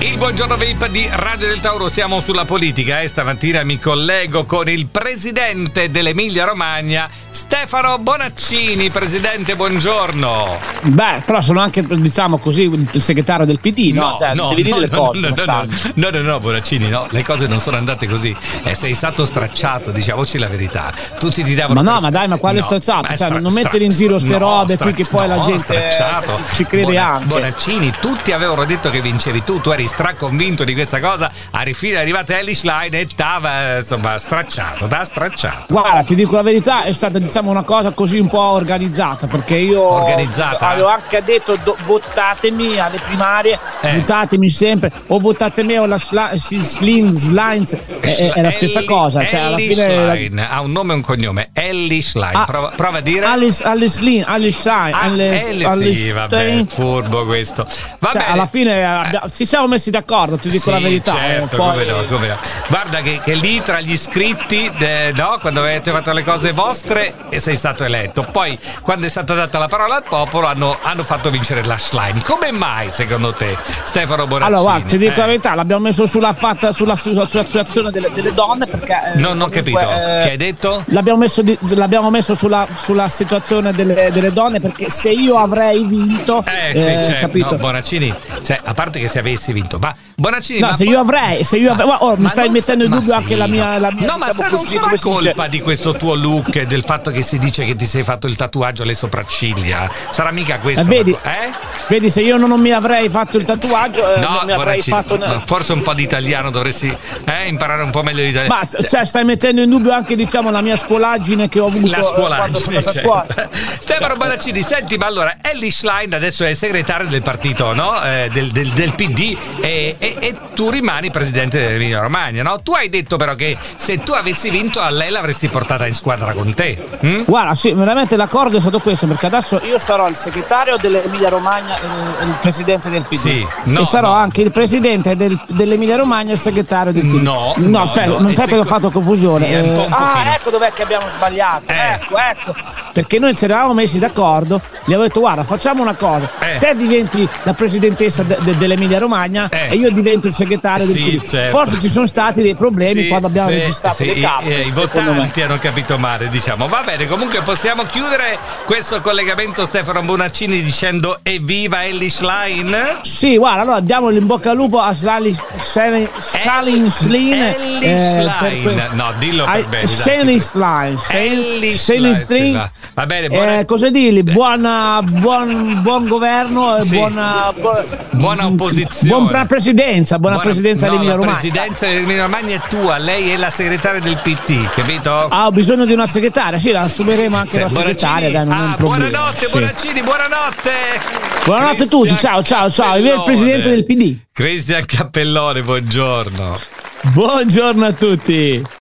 Il buongiorno VIP di Radio del Tauro, siamo sulla politica e stamattina mi collego con il presidente dell'Emilia Romagna, Stefano Bonaccini. Presidente, buongiorno. Beh, però sono anche, diciamo così, il segretario del PD, no? Cioè, devi dire le cose. no, come no, stanno. no, no, no, Bonaccini, no, le cose non sono andate così. Eh, sei stato stracciato, diciamoci la verità. Tutti ti davano. Ma no, per- ma dai, ma quale No, stracciato? ma è Cioè, stra- non stra- mettere in giro ste no, robe qui che stra- poi la no, gente, stracciato. eh, ci- ci crede anche. Bonaccini, tutti avevano detto che vincevi tu, tu eri straconvinto di questa cosa. A rifine è arrivata Ellie Schlein e t'ava, eh, insomma, stracciato, t'ha stracciato. Guarda, ti dico la verità, è stata diciamo una cosa così un po' organizzata, perché io Organizzata? avevo anche detto do- votatemi alle primarie, Eh. votatemi sempre, o votate me o la Schla- Sch- Slin- Slines, è, Eh, è- è la stessa Ellie- cosa, cioè alla Ellie fine... Schlein, ha un nome e un cognome, Ellie Schlein. Ah, prova, prova a dire. Alice, Alice Lin, Alice Shine, Ah, Ellie- Alice, sì, Alice vabbè, Stein. furbo questo. Va Cioè, bene. alla fine abbia- ci siamo messi d'accordo, ti dico Sì, la verità. certo, eh, poi- come no, come no. Guarda che, che lì tra gli iscritti, eh, no, quando avete fatto le cose vostre e sei stato eletto. Poi, quando è stata data la parola al popolo, hanno, hanno fatto vincere la Schlein. Come mai, secondo te, Stefano Bonaccini? Allora, guarda, ti dico Eh, la verità, l'abbiamo messo sulla fatta sulla sulla- sulla situazione delle, delle donne perché eh, Non ho comunque, capito. eh, Che hai detto? L'abbiamo messo, di- l'abbiamo messo sulla, sulla situazione delle, delle donne perché se io avrei vinto, Eh, sì, eh, cioè, capito? no, Bonaccini, cioè, a parte che se avessi vinto, ma Bonaccini. No, ma se io avrei, se io avrei, guarda, oh, mi ma stai non mettendo in sa- ma dubbio anche sì, la mia, la mia No, ma diciamo sa- così, non come sarà si dice? colpa di questo tuo look e del fatto che si dice che ti sei fatto il tatuaggio alle sopracciglia. Sarà mica questo? Eh, vedi, eh? vedi, se io non, non mi avrei fatto il tatuaggio, eh, non mi avrei Bonaccini, fatto. ne- no, forse un po' di italiano dovresti eh, imparare un po' meglio l'italiano. Ma cioè, stai mettendo in dubbio anche diciamo, la mia scolaggine che ho avuto la eh, quando sono scuolagine andata a certo. scuola. Stefano Bonaccini senti ma allora Ellie Schlein adesso è segretario del partito no? Eh, del, del- del PD e, e- e tu rimani presidente dell'Emilia Romagna no? tu hai detto però che se tu avessi vinto a lei l'avresti portata in squadra con te mm? Guarda, sì, veramente l'accordo è stato questo, perché adesso io sarò il segretario dell'Emilia Romagna e il presidente del PD. Sì, no, e sarò no. anche il presidente del- dell'Emilia Romagna e il segretario del PD. No, no, no, aspetta, no, non e aspetta se- che ho fatto confusione. sì, è un po' un pochino. ah, ecco dov'è che abbiamo sbagliato. Eh. Ecco, ecco. Perché noi ci eravamo messi d'accordo, gli avevo detto guarda, facciamo una cosa. Eh. Te diventi la presidentessa de- de- dell'Emilia Romagna Eh. e io divento il segretario Sì, del PD. certo. Forse ci sono stati dei problemi Sì, quando abbiamo sì, registrato sì, le i- capre. eh, i, secondo me. votanti hanno capito male diciamo va bene comunque possiamo chiudere questo collegamento Stefano Bonaccini dicendo evviva Ellie Schlein Sì, guarda, allora diamo in bocca al lupo a Sally Sally- Sally eh, Slin. Ellie Schlein. No, dillo per bene, dai. Sally Slin. Ellie Schlein, Sally se Slin. va. Va bene, buona- Eh, cosa dirgli? Buona, buon, buon governo e Sì. buona, buo- Buona opposizione. Buona presidenza, buona, presidenza no, dell'Emilia la Romagna. presidenza dell'Emilia Romagna è tua, lei è la segretaria del PT, capito? Ah, ho bisogno di una segretaria, sì, la assumeremo anche Cioè, la segretaria. Bonaccini- dai, non è un ah, problema, buonanotte, sì. Bonaccini, buonanotte. Buonanotte a tutti, ciao, ciao, ciao, viva il presidente del PD. Cristian Cappellone, buongiorno. Buongiorno a tutti.